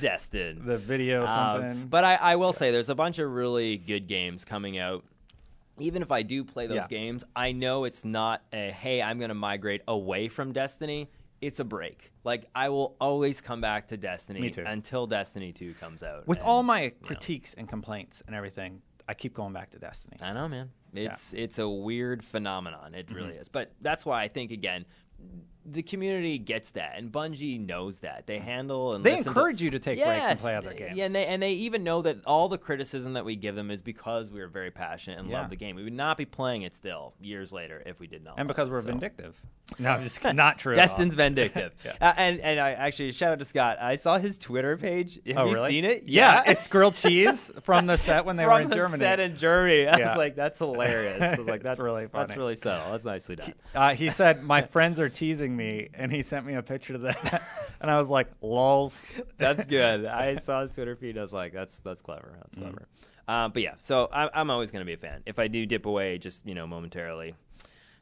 S2: Destin.
S1: the video
S2: Um,
S1: something.
S2: but I, I will say there's a bunch of really good games coming out. Even if I do play those
S1: Yeah.
S2: games, I know it's not a hey, I'm going to migrate away from Destiny. It's a break. Like I will always come back to Destiny
S1: Me too.
S2: until Destiny 2 comes out.
S1: with
S2: And
S1: all my critiques and complaints and everything, I keep going back to Destiny.
S2: I know,
S1: Mm-hmm.
S2: man. It's it's a weird phenomenon. It really is. But that's why I think again the community gets that, and Bungie knows that. They handle and
S1: They
S2: listen to-
S1: encourage you to take breaks and play
S2: Yes,
S1: other
S2: th-
S1: games.
S2: Yeah, and they and they even know that all the criticism that we give them is because we are very passionate and
S1: Yeah.
S2: love the game. We would not be playing it still years later if we did not.
S1: and
S2: love
S1: because
S2: it,
S1: we're
S2: so.
S1: vindictive. No, I'm just kidding. not true. at all. <laughs>
S2: Destin's vindictive.
S1: Yeah.
S2: Uh, and and I actually shout out to Scott. I saw his Twitter page. Have
S1: Oh,
S2: you
S1: really?
S2: seen it?
S1: Yeah. it's
S2: <laughs>
S1: grilled <laughs> cheese from the set when they
S2: From
S1: were in
S2: the
S1: Germany.
S2: set in Germany. I
S1: Yeah.
S2: was like, that's hilarious. I was
S1: <laughs>
S2: like,
S1: It's
S2: that's
S1: really
S2: That's
S1: funny.
S2: really subtle. That's nicely done.
S1: uh, he said,
S2: <laughs>
S1: "My friends are teasing me," and he sent me a picture of that, <laughs> and I was like, "Lols." <laughs>
S2: That's good. I saw his Twitter feed. I was like, that's that's clever. That's clever. Um, but yeah, so I, I'm always going to be a fan. If I do dip away, just you know, momentarily,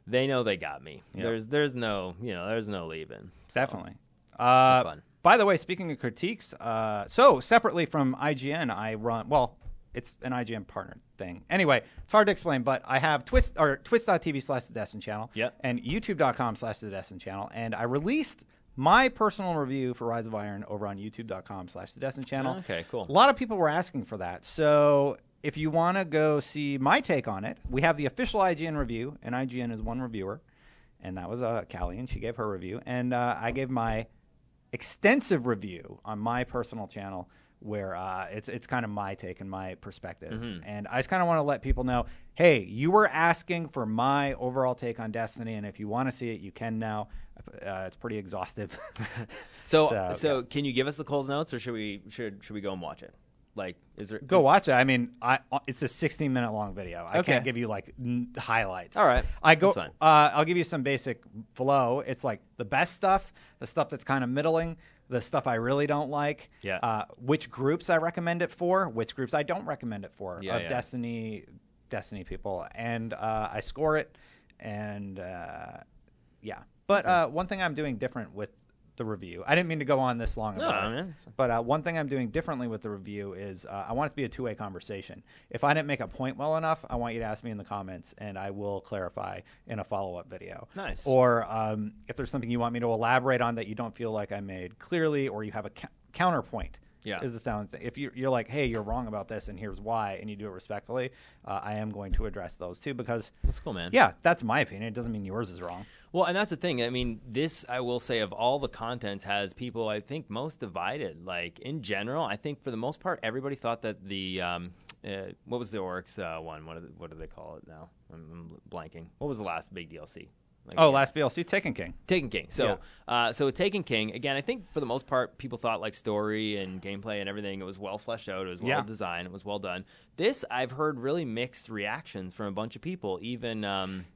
S2: they know they got me.
S1: Yeah.
S2: There's there's no you know there's no leaving. So,
S1: Definitely. Uh,
S2: fun.
S1: By the way, speaking of critiques, uh, so separately from IGN, I run well. It's an IGN partner thing. Anyway, it's hard to explain, but I have Twitch or twitch.tv slash the Destin channel
S2: Yep.
S1: and youtube.com slash the Destin channel. And I released my personal review for Rise of Iron over on youtube.com slash the Destin channel.
S2: Okay, cool.
S1: A lot of people were asking for that. So if you want to go see my take on it, we have the official IGN review, and IGN is one reviewer, and that was uh, Callie, and she gave her review, and uh, I gave my extensive review on my personal channel where uh, it's it's kind of my take and my perspective,
S2: Mm-hmm.
S1: and I just kind of want to let people know, hey, you were asking for my overall take on Destiny, and if you want to see it, you can now. Uh, it's pretty exhaustive. <laughs>
S2: So
S1: So,
S2: so, can you give us the Coles notes, or should we should should we go and watch it? Like, is there
S1: Go
S2: is-
S1: watch it. I mean, I uh, it's a 16 minute long video. I
S2: Okay.
S1: can't give you like n- highlights.
S2: All right.
S1: I go.
S2: That's fine.
S1: Uh, I'll give you some basic flow. It's like the best stuff, the stuff that's kind of middling, the stuff I really don't like.
S2: Yeah.
S1: Uh, which groups I recommend it for, which groups I don't recommend it for
S2: Yeah,
S1: of
S2: yeah.
S1: Destiny, Destiny people, and uh, I score it, and uh, yeah. But uh, one thing I'm doing different with the review. I didn't mean to go on this long.
S2: No,
S1: about
S2: no,
S1: it.
S2: man.
S1: But uh, one thing I'm doing differently with the review is uh, I want it to be a two way conversation. If I didn't make a point well enough, I want you to ask me in the comments and I will clarify in a follow up video.
S2: Nice.
S1: Or um, if there's something you want me to elaborate on that you don't feel like I made clearly or you have a cou- counterpoint.
S2: Yeah.
S1: Is the sound thing. If you, you're like, hey, you're wrong about this and here's why, and you do it respectfully, uh, I am going to address those too because,
S2: That's cool, man.
S1: yeah, that's my opinion. It doesn't mean yours is wrong.
S2: Well, and that's the thing. I mean, this I will say of all the contents has people I think most divided. Like in general, I think for the most part, everybody thought that the um, uh, what was the orcs uh, one? What, are the, what do they call it now? I'm, I'm blanking. What was the last big DLC? Like,
S1: Oh, last BLC, Taken King.
S2: Taken King. So, uh, so with Taken King again. I think for the most part, people thought like story and gameplay and everything. It was well fleshed out. It was well
S1: Yeah.
S2: designed. It was well done. This I've heard really mixed reactions from a bunch of people. Even um,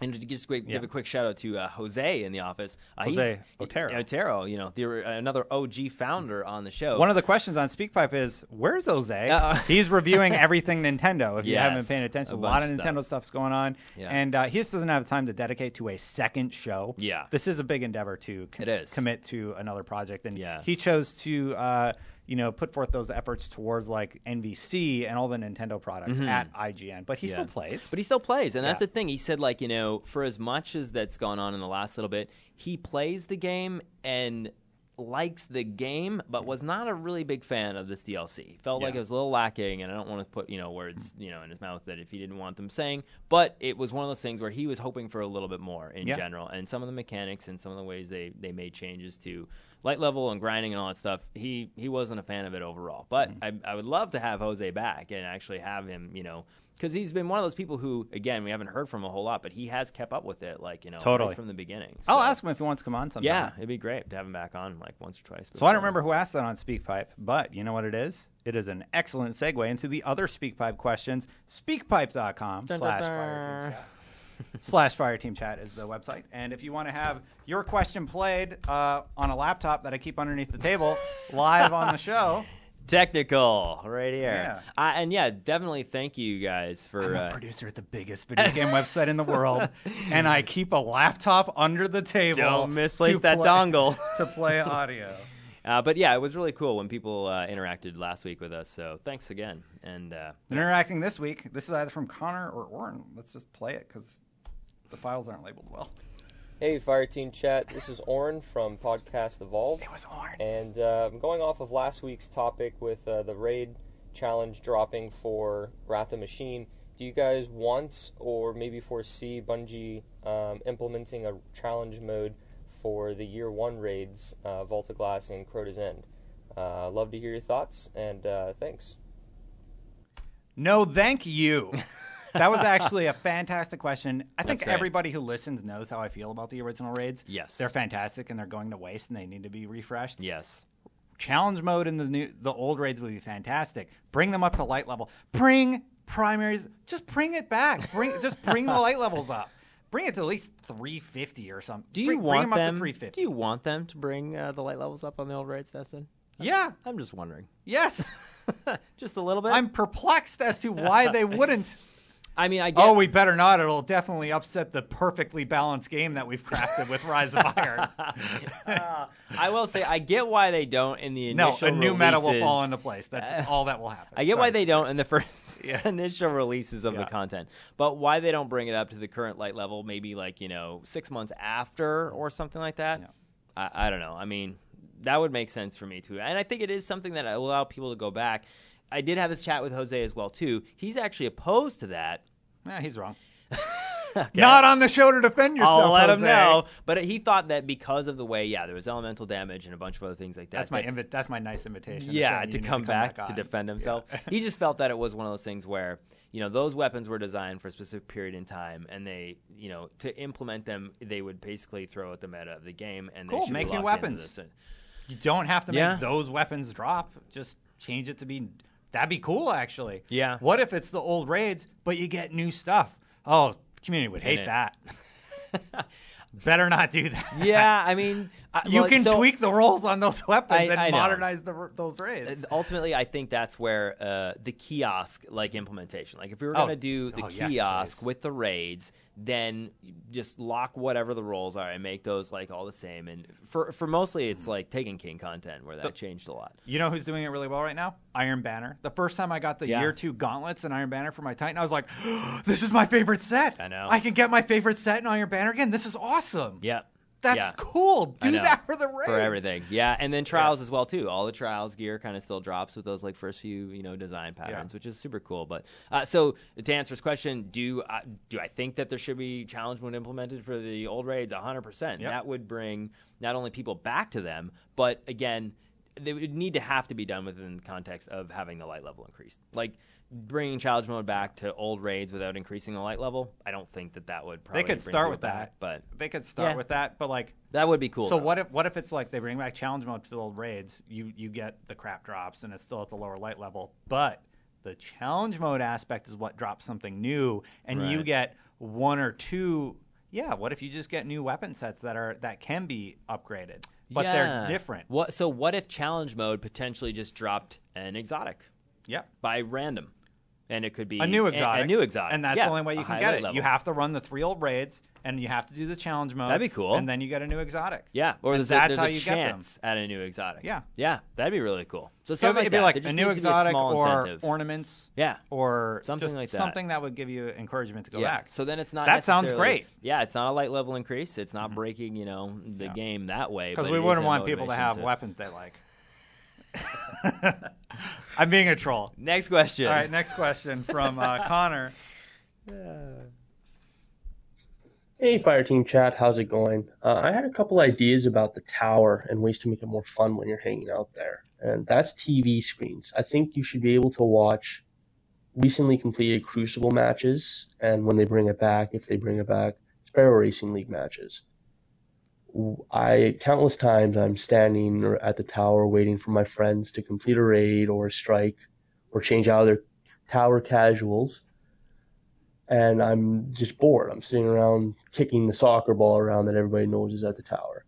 S2: and to just quick, give a quick shout out to uh, Jose in the office. Uh, he's-
S1: Jose Otero.
S2: Otero, you know, the, another OG founder on the show.
S1: One of the questions on SpeakPipe is, "Where's Jose?
S2: <laughs> Uh-uh.
S1: He's reviewing everything Nintendo. If you
S2: Yes,
S1: haven't been paying attention,
S2: a
S1: a, lot of
S2: bunch of
S1: Nintendo stuff's going on,
S2: Yeah.
S1: and uh, he just doesn't have time to dedicate to a second show.
S2: Yeah.
S1: this is a big endeavor to com-
S2: It is.
S1: commit to another project, and
S2: Yeah.
S1: he chose to. Uh, you know, put forth those efforts towards like NBC and all the Nintendo products at IGN, but he still plays.
S2: Mm-hmm. But he still plays, and that's
S1: Yeah.
S2: the thing. He said, like you know, for as much as that's gone on in the last little bit, he plays the game and likes the game, but was not a really big fan of this DLC. Felt like
S1: Yeah.
S2: it was a little lacking, and I don't want to put you know words you know in his mouth that if he didn't want them saying, but it was one of those things where he was hoping for a little bit more in
S1: Yeah.
S2: general, and some of the mechanics and some of the ways they they made changes to. Light level and grinding and all that stuff. He he wasn't a fan of it overall, but
S1: Mm-hmm.
S2: I, I would love to have Jose back and actually have him, you know, because he's been one of those people who, again, we haven't heard from a whole lot, but he has kept up with it, like you know, right
S1: Totally.
S2: from the beginning.
S1: I'll
S2: So,
S1: ask him if he wants to come on sometime.
S2: Yeah, it'd be great to have him back on like once or twice.
S1: So I don't remember who asked that on SpeakPipe, but you know what it is? It is an excellent segue into the other SpeakPipe questions. SpeakPipe.com
S2: Dun, dun,
S1: slash
S2: dun.
S1: fire team chat. slash fire team chat is the website. And if you want to have your question played uh, on a laptop that I keep underneath the
S2: <laughs>
S1: table live on the show,
S2: Technical, right
S1: Yeah.
S2: here. Uh, and yeah, definitely thank you guys for.
S1: I'm a
S2: Uh,
S1: producer at the biggest video game website in the world, and I keep a laptop under the table.
S2: Don't misplace
S1: to
S2: that
S1: play-
S2: dongle.
S1: <laughs> to play audio.
S2: uh, but yeah, it was really cool when people uh, interacted last week with us. So thanks again. And uh,
S1: Interacting this week, this is either from Connor or Orrin. Let's just play it because the files aren't labeled well.
S4: Hey, Fire Team Chat. This is Oren from Podcast Evolve.
S1: was Orrin.
S4: And uh, I'm going off of last week's topic with uh, the raid challenge dropping for Wrath of Machine. Do you guys want or maybe foresee Bungie um, implementing a challenge mode for the year one raids, uh, Volta Glass and Crota's End. Uh, love to hear your thoughts and uh, thanks.
S1: No, thank
S2: <laughs>
S1: you. That was actually a fantastic question. I think
S2: That's great.
S1: everybody who listens knows how I feel about the original raids.
S2: Yes.
S1: They're fantastic and they're going to waste and they need to be refreshed.
S2: Yes.
S1: Challenge mode in the new the old raids would be fantastic. Bring them up to light level. Bring primaries just bring it back. Bring <laughs> just bring the light levels up. Bring it to at least 350 or something.
S2: Do you
S1: bring,
S2: want
S1: bring them,
S2: them,
S1: up to 350?
S2: Do you want them to bring uh, the light levels up on the old raids, Dustin?
S1: yeah.
S2: I'm just wondering. <laughs>
S1: Yes.
S2: just a little bit.
S1: I'm perplexed as to why <laughs> they wouldn't.
S2: I mean, I get.
S1: Oh, we better not. It'll definitely upset the perfectly balanced game that we've crafted with Rise of
S2: <laughs>
S1: Iron.
S2: Uh, I will say I get why they don't in the
S1: no,
S2: initial.
S1: a new meta will fall
S2: releases. Uh,
S1: into place. That's all that will happen.
S2: I get why
S1: Sorry.
S2: they don't in the <laughs> first initial releases of the
S1: Yeah.
S2: content, but why they don't bring it up to the current light level, maybe like you know six months after or something like that.
S1: Yeah.
S2: I, I don't know. I mean, that would make sense for me too, and I think it is something that will allow people to go back. I did have this chat with Jose as well too. He's actually opposed to that.
S1: Nah, he's wrong. Not on the show to defend yourself.
S2: I'll let him
S1: Jose.
S2: know, but he thought that because of the way, yeah, there was elemental damage and a bunch of other things like that.
S1: That's my
S2: that-
S1: invi- that's my nice invitation.
S2: yeah,
S1: saying
S2: to
S1: you need
S2: come, back, to
S1: on.
S2: defend himself.
S1: <laughs>
S2: he just felt that it was one of those things where you know those weapons were designed for a specific period in time, and they you know to implement them, they would basically throw at the meta of the game, and
S1: Cool,
S2: they should
S1: make
S2: be
S1: new
S2: locked into
S1: weapons. <laughs>
S2: this.
S1: You don't have to make
S2: Yeah.
S1: those weapons drop. Just change it to be. That'd be cool, actually.
S2: Yeah.
S1: What if it's the old raids, but you get new stuff? Oh, the community would hate
S2: it.
S1: that. <laughs> Better not do that.
S2: yeah, I mean, I,
S1: You
S2: well,
S1: can
S2: so-
S1: tweak the rolls on those <laughs> weapons
S2: I-
S1: and
S2: I know.
S1: modernize the, those raids.
S2: uh, ultimately i think that's where uh, the kiosk like implementation like if we were
S1: Oh.
S2: going to do the
S1: Oh, yes,
S2: kiosk
S1: please.
S2: with the raids then just lock whatever the roles are and make those like all the same and for for mostly it's like taken king content where that changed a lot
S1: You know who's doing it really well right now? Iron Banner. The first time I got the
S2: Yeah.
S1: year two gauntlets and Iron Banner for my Titan, I was like, <gasps> "This is my favorite set.
S2: I know.
S1: I can get my favorite set in Iron Banner again. This is awesome.
S2: yep
S1: that's
S2: Yeah.
S1: cool.
S2: I
S1: Do
S2: know.
S1: that for the raids
S2: for everything yeah and then trials as well too all the trials gear kind of still drops with those like first few you know design patterns which is super cool but uh, so to answer his question do I, do i think that there should be challenge mode implemented for the old raids 100%
S1: Yep.
S2: that would bring not only people back to them but again they would need to have to be done within the context of having the light level increased like bringing challenge mode back to old raids without increasing the light level i don't think that that would probably
S1: They could
S2: bring
S1: start
S2: people
S1: with
S2: back,
S1: that,
S2: but
S1: they could start
S2: Yeah.
S1: with that. But like,
S2: that would be cool
S1: so
S2: though.
S1: what if what if it's like they bring back challenge mode to the old raids? You you get the crap drops and it's still at the lower light level, but the challenge mode aspect is what drops something new, and you
S2: Right.
S1: get one or two. Yeah, what if you just get new weapon sets that are that can be upgraded, but
S2: Yeah.
S1: they're different?
S2: What? So what if challenge mode potentially just dropped an exotic
S1: Yep.
S2: by random, and it could be
S1: A new exotic.
S2: a, new exotic,
S1: And that's
S2: Yeah,
S1: the only way
S2: a
S1: you can
S2: high
S1: get
S2: light
S1: it.
S2: level.
S1: You have to run the three old raids and you have to do the challenge mode.
S2: That'd be cool.
S1: And then you get a new exotic.
S2: yeah, or there's
S1: that's
S2: a, there's
S1: how
S2: a
S1: you get them.
S2: chance at a new exotic.
S1: Yeah.
S2: yeah, that'd be really cool. So
S1: So
S2: something
S1: it'd
S2: like
S1: be
S2: that.
S1: like
S2: There just
S1: a new
S2: needs to be a
S1: exotic
S2: small
S1: or
S2: incentive.
S1: ornaments.
S2: Yeah.
S1: Or
S2: Something
S1: just
S2: like that.
S1: Something that would give you encouragement to go
S2: yeah.
S1: back.
S2: So then it's not
S1: That sounds
S2: necessarily-
S1: great. Mm-hmm.
S2: Yeah, it's not a light level increase. It's not breaking you know the
S1: Yeah.
S2: game that way
S1: because
S2: but
S1: we
S2: it is
S1: wouldn't
S2: a
S1: want people to
S2: motivation
S1: have weapons they like. <laughs> I'm being a troll.
S2: Next question.
S1: All right, next question from
S2: <laughs>
S1: uh, Connor.
S5: Hey, Fireteam Chat, how's it going? Uh, I had a couple ideas about the tower and ways to make it more fun when you're hanging out there, and that's TV screens. I think you should be able to watch recently completed Crucible matches, and when they bring it back, if they bring it back, Sparrow Racing League matches. W- I countless times I'm standing or at the tower waiting for my friends to complete a raid or a strike, or change out of their tower casuals, and I'm just bored. I'm sitting around kicking the soccer ball around that everybody knows is at the tower.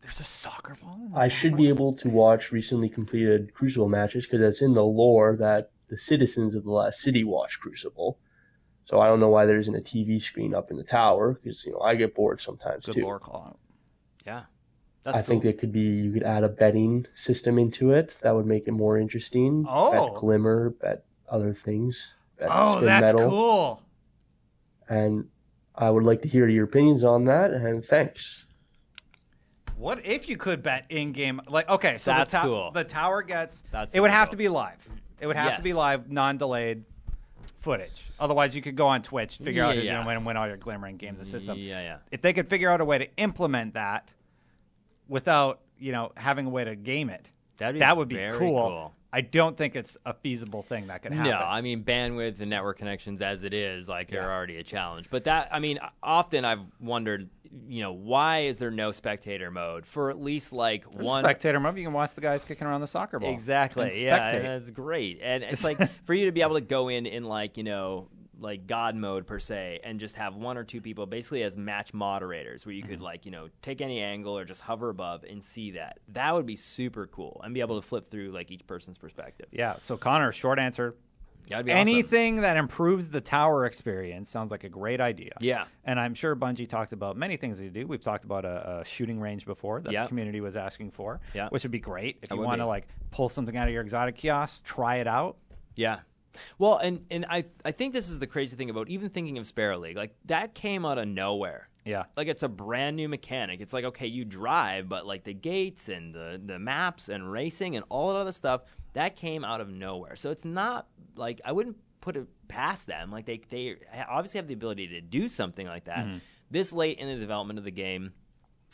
S1: There's a soccer ball. in
S5: I
S1: there.
S5: should be able to watch recently completed Crucible matches because it's in the lore that the citizens of the last city watch Crucible. So I don't know why there isn't a TV screen up in the tower because you know I get bored sometimes
S1: Good
S5: too.
S1: lore call out.
S2: Yeah, that's
S5: I
S2: cool.
S5: think it could be you could add a betting system into it that would make it more interesting.
S1: Oh.
S5: Bet glimmer, bet other things. Bet
S1: Oh,
S5: spin
S1: that's
S5: metal.
S1: cool.
S5: and I would like to hear your opinions on that. And thanks.
S1: What if you could bet in game? Like, okay, so
S2: That's
S1: the, to-
S2: cool.
S1: the tower gets.
S2: That's
S1: it would
S2: super
S1: have
S2: cool.
S1: to be live. It would have to be
S2: Yes.
S1: live, non-delayed footage. Otherwise, you could go on Twitch, figure
S2: Yeah,
S1: out who's
S2: yeah.
S1: going to win, and win all your glimmering game of the system.
S2: Yeah, yeah.
S1: If they could figure out a way to implement that, without you know having a way to game it.
S2: That'd be
S1: that would be
S2: very
S1: cool.
S2: cool.
S1: I don't think it's a feasible thing that could happen.
S2: No, I mean bandwidth and network connections as it is, like are already a challenge. But that, I mean, often I've wondered, you know, why is there no spectator mode for at least like
S1: There's
S2: one
S1: spectator mode. You can watch the guys kicking around the soccer ball.
S2: Exactly.
S1: And
S2: yeah,
S1: spectate.
S2: and that's great. And it's
S1: <laughs>
S2: like for you to be able to go in in like you know like God mode per se, and just have one or two people basically as match moderators, where you
S1: Mm-hmm.
S2: could like you know take any angle or just hover above and see that. That would be super cool, and be able to flip through like each person's perspective.
S1: yeah. So Connor, short answer.
S2: That'd be awesome.
S1: Anything that improves the tower experience sounds like a great idea.
S2: Yeah.
S1: And I'm sure Bungie talked about many things they do. We've talked about a, a shooting range before that
S2: Yeah.
S1: the community was asking for,
S2: Yeah.
S1: which would be great. If
S2: That
S1: you
S2: would
S1: want to
S2: be.
S1: like pull something out of your exotic kiosk, try it out.
S2: Yeah. Well, and and I I think this is the crazy thing about even thinking of Sparrow League. Like that came out of nowhere.
S1: Yeah.
S2: Like it's a brand new mechanic. It's like okay, you drive, but like the gates and the the maps and racing and all that other stuff that came out of nowhere. So it's not like I wouldn't put it past them. Like they they obviously have the ability to do something like that
S1: Mm-hmm.
S2: this late in the development of the game.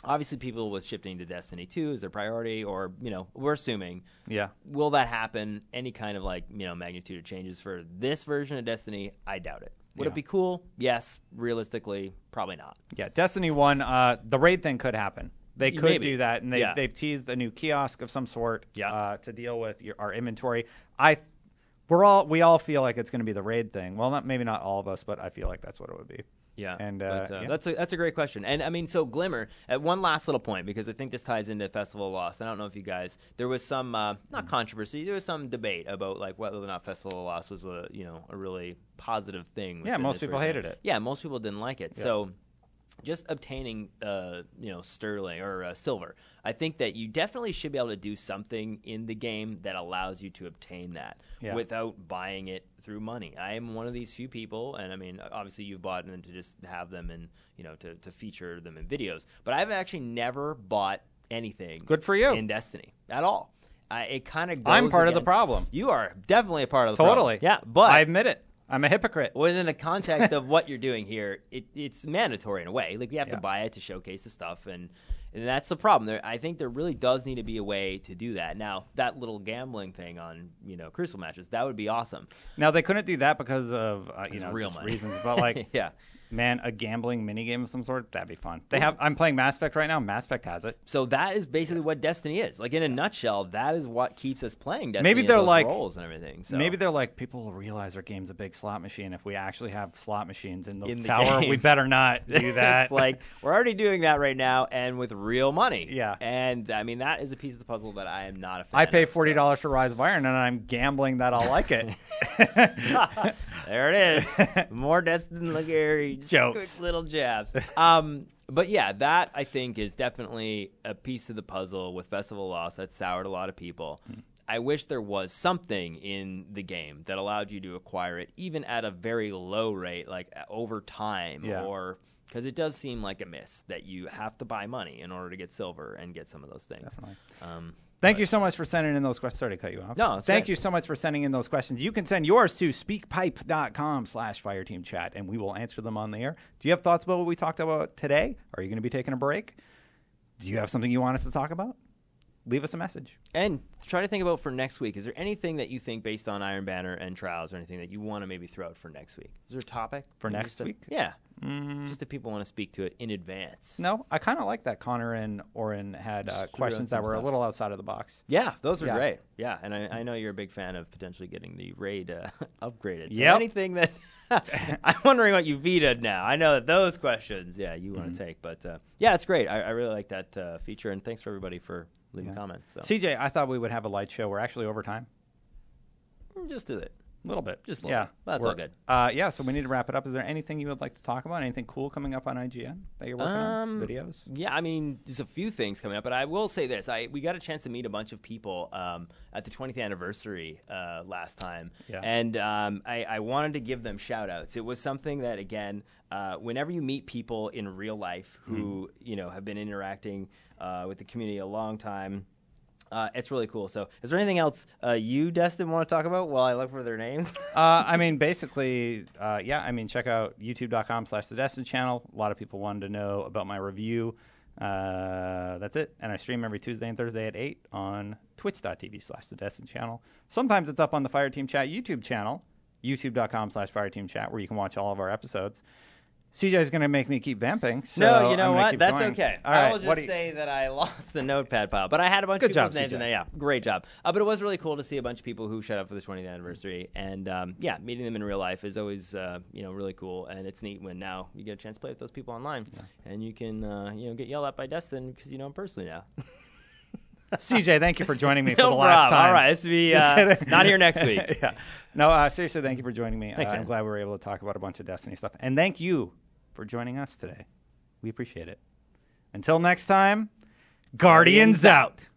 S2: Obviously, people with shifting to Destiny 2 is their priority, or you know, we're assuming
S1: Yeah.
S2: will that happen any kind of like you know magnitude of changes for this version of destiny i doubt it would
S1: Yeah.
S2: it be cool yes realistically probably not
S1: Yeah, Destiny One, uh, the raid thing could happen. They could
S2: Maybe.
S1: do that, and they
S2: Yeah.
S1: they've teased a new kiosk of some sort
S2: Yeah.
S1: uh, to deal with your, our inventory. I, th- we're all we all feel like it's going to be the raid thing. Well, not maybe not all of us, but I feel like that's what it would be.
S2: Yeah,
S1: and uh,
S2: but, uh,
S1: yeah.
S2: that's a that's a great question. And I mean, so Glimmer at one last little point because I think this ties into Festival of Lost. I don't know if you guys there was some uh, not controversy, there was some debate about like whether or not Festival of Lost was a you know a really positive thing. within
S1: most
S2: this
S1: people
S2: version.
S1: hated it.
S2: Yeah, most people didn't like it. So. Just obtaining, uh, you know, sterling or uh, silver. I think that you definitely should be able to do something in the game that allows you to obtain that
S1: Yeah.
S2: without buying it through money. I am one of these few people, and I mean, obviously, you've bought them to just have them and you know to, to feature them in videos. But I've actually never bought anything.
S1: Good for you.
S2: in Destiny at all. I, it kind of.
S1: I'm part of the problem.
S2: You are definitely a part of the problem.
S1: totally.
S2: Yeah, but
S1: I admit it. I'm a hypocrite.
S2: within the context
S1: <laughs>
S2: of what you're doing here, it, it's mandatory in a way. Like we have
S1: Yeah.
S2: to buy it to showcase the stuff, and and that's the problem. There, I think there really does need to be a way to do that. Now, that little gambling thing on you know crucible matches, that would be awesome.
S1: Now they couldn't do that because of uh, you know
S2: real
S1: just
S2: money.
S1: reasons, but like
S2: <laughs> Yeah.
S1: man, a gambling minigame of some sort that'd be fun. They have. I'm playing Mass Effect right now. Mass Effect has it.
S2: So that is basically what Destiny is. Like in a nutshell, that is what keeps us playing Destiny.
S1: Maybe
S2: is
S1: they're
S2: those
S1: like-
S2: roles and everything. So
S1: Maybe they're like people will realize our game's a big slot machine if we actually have slot machines in the
S2: In the
S1: tower.
S2: game.
S1: We better
S2: <laughs>
S1: not do that.
S2: it's like we're already doing that right now, and with real money.
S1: Yeah.
S2: and I mean that is a piece of the puzzle that I am not a fan.
S1: I pay
S2: of, so-
S1: forty dollars for Rise of Iron, and I'm gambling that I'll like
S2: <laughs>
S1: it.
S2: there it is. More Destin Legary just
S1: Jokes.
S2: quick little jabs. Um, but yeah, that I think is definitely a piece of the puzzle with Festival Loss that soured a lot of people. I wish there was something in the game that allowed you to acquire it, even at a very low rate, like uh, over time,
S1: Yeah.
S2: or because it does seem like a miss that you have to buy money in order to get silver and get some of those things.
S1: Definitely.
S2: Um,
S1: Thank you so much for sending in those questions. Sorry to cut you off.
S2: No, it's
S1: Thank
S2: good.
S1: you so much for sending in those questions. You can send yours to speakpipe.com slash fireteamchat, and we will answer them on the air. Do you have thoughts about what we talked about today? Are you going to be taking a break? Do you have something you want us to talk about? Leave us a message.
S2: And try to think about for next week. Is there anything that you think based on Iron Banner and Trials or anything that you want to maybe throw out for next week? Is there a topic?
S1: For
S2: Maybe
S1: next
S2: just a-
S1: week?
S2: yeah. Just if people want to speak to it in advance.
S1: Mm-hmm. No, I kind of like that Connor and Oren had
S2: Just
S1: uh,
S2: threw out
S1: questions that
S2: some
S1: were a
S2: stuff.
S1: little outside of the box.
S2: Yeah, those are
S1: Yeah.
S2: great. Yeah, and I, I know you're a big fan of potentially getting the raid uh, <laughs> upgraded. So
S1: Yep.
S2: anything that <laughs> I'm wondering what you vetoed now. I know that those questions, yeah, you
S1: Mm-hmm.
S2: want to take, but uh, yeah, it's great. I, I really like that uh, feature, and thanks for everybody for leaving comments. So
S1: CJ, I thought we would have a light show. We're actually over time.
S2: just do it.
S1: A little bit.
S2: Just a little
S1: yeah.
S2: bit. That's
S1: We're-
S2: all good.
S1: Uh, yeah, so we need to wrap it up. Is there anything you would like to talk about? Anything cool coming up on IGN that you're working on?
S2: Um,
S1: Videos?
S2: Yeah, I mean, there's a few things coming up, but I will say this: I we got a chance to meet a bunch of people um, at the 20th anniversary uh, last time,
S1: Yeah.
S2: and um, I, I wanted to give them shout outs. It was something that, again, uh, whenever you meet people in real life who you know have been interacting uh, with the community a long time. Uh, it's really cool. So, is there anything else uh, you, Destin, want to talk about while I look for their names? <laughs>
S1: Uh, I mean, basically, uh, yeah, I mean, check out youtube.com slash the Destin channel. A lot of people wanted to know about my review Uh, that's it. And I stream every Tuesday and Thursday at 8 on twitch.tv slash the Destin channel. Sometimes it's up on the Fireteam Chat YouTube channel, youtube.com slash Fireteam Chat, where you can watch all of our episodes. CJ's going to make me keep vamping. So
S2: no, you
S1: I'm
S2: know
S1: gonna
S2: what?
S1: keep
S2: That's
S1: going.
S2: okay.
S1: All
S2: I
S1: right,
S2: will
S1: what
S2: just
S1: do <laughs> you-
S2: say that I <laughs> lost the notepad pile, but I had a bunch
S1: Good
S2: of people's
S1: job,
S2: names
S1: CJ.
S2: in there. Yeah, great job. Uh, but it was really cool to see a bunch of people who showed up for the 20th anniversary, and um, yeah, meeting them in real life is always uh, you know really cool, and it's neat when now you get a chance to play with those people online, and you can uh, you know get yelled at by Destin because you know him personally now.
S1: CJ, thank you for joining
S2: <laughs>
S1: me for
S2: No
S1: the last
S2: problem.
S1: time.
S2: All right, this will be
S1: Just
S2: uh,
S1: kidding.
S2: <laughs> not here
S1: <laughs>
S2: next week.
S1: yeah. No, uh, seriously, thank you for joining me.
S2: Thanks,
S1: uh, I'm
S2: man.
S1: glad we were able to talk about a bunch of Destiny stuff. And thank you for joining us today. We appreciate it. Until next time, Guardians out.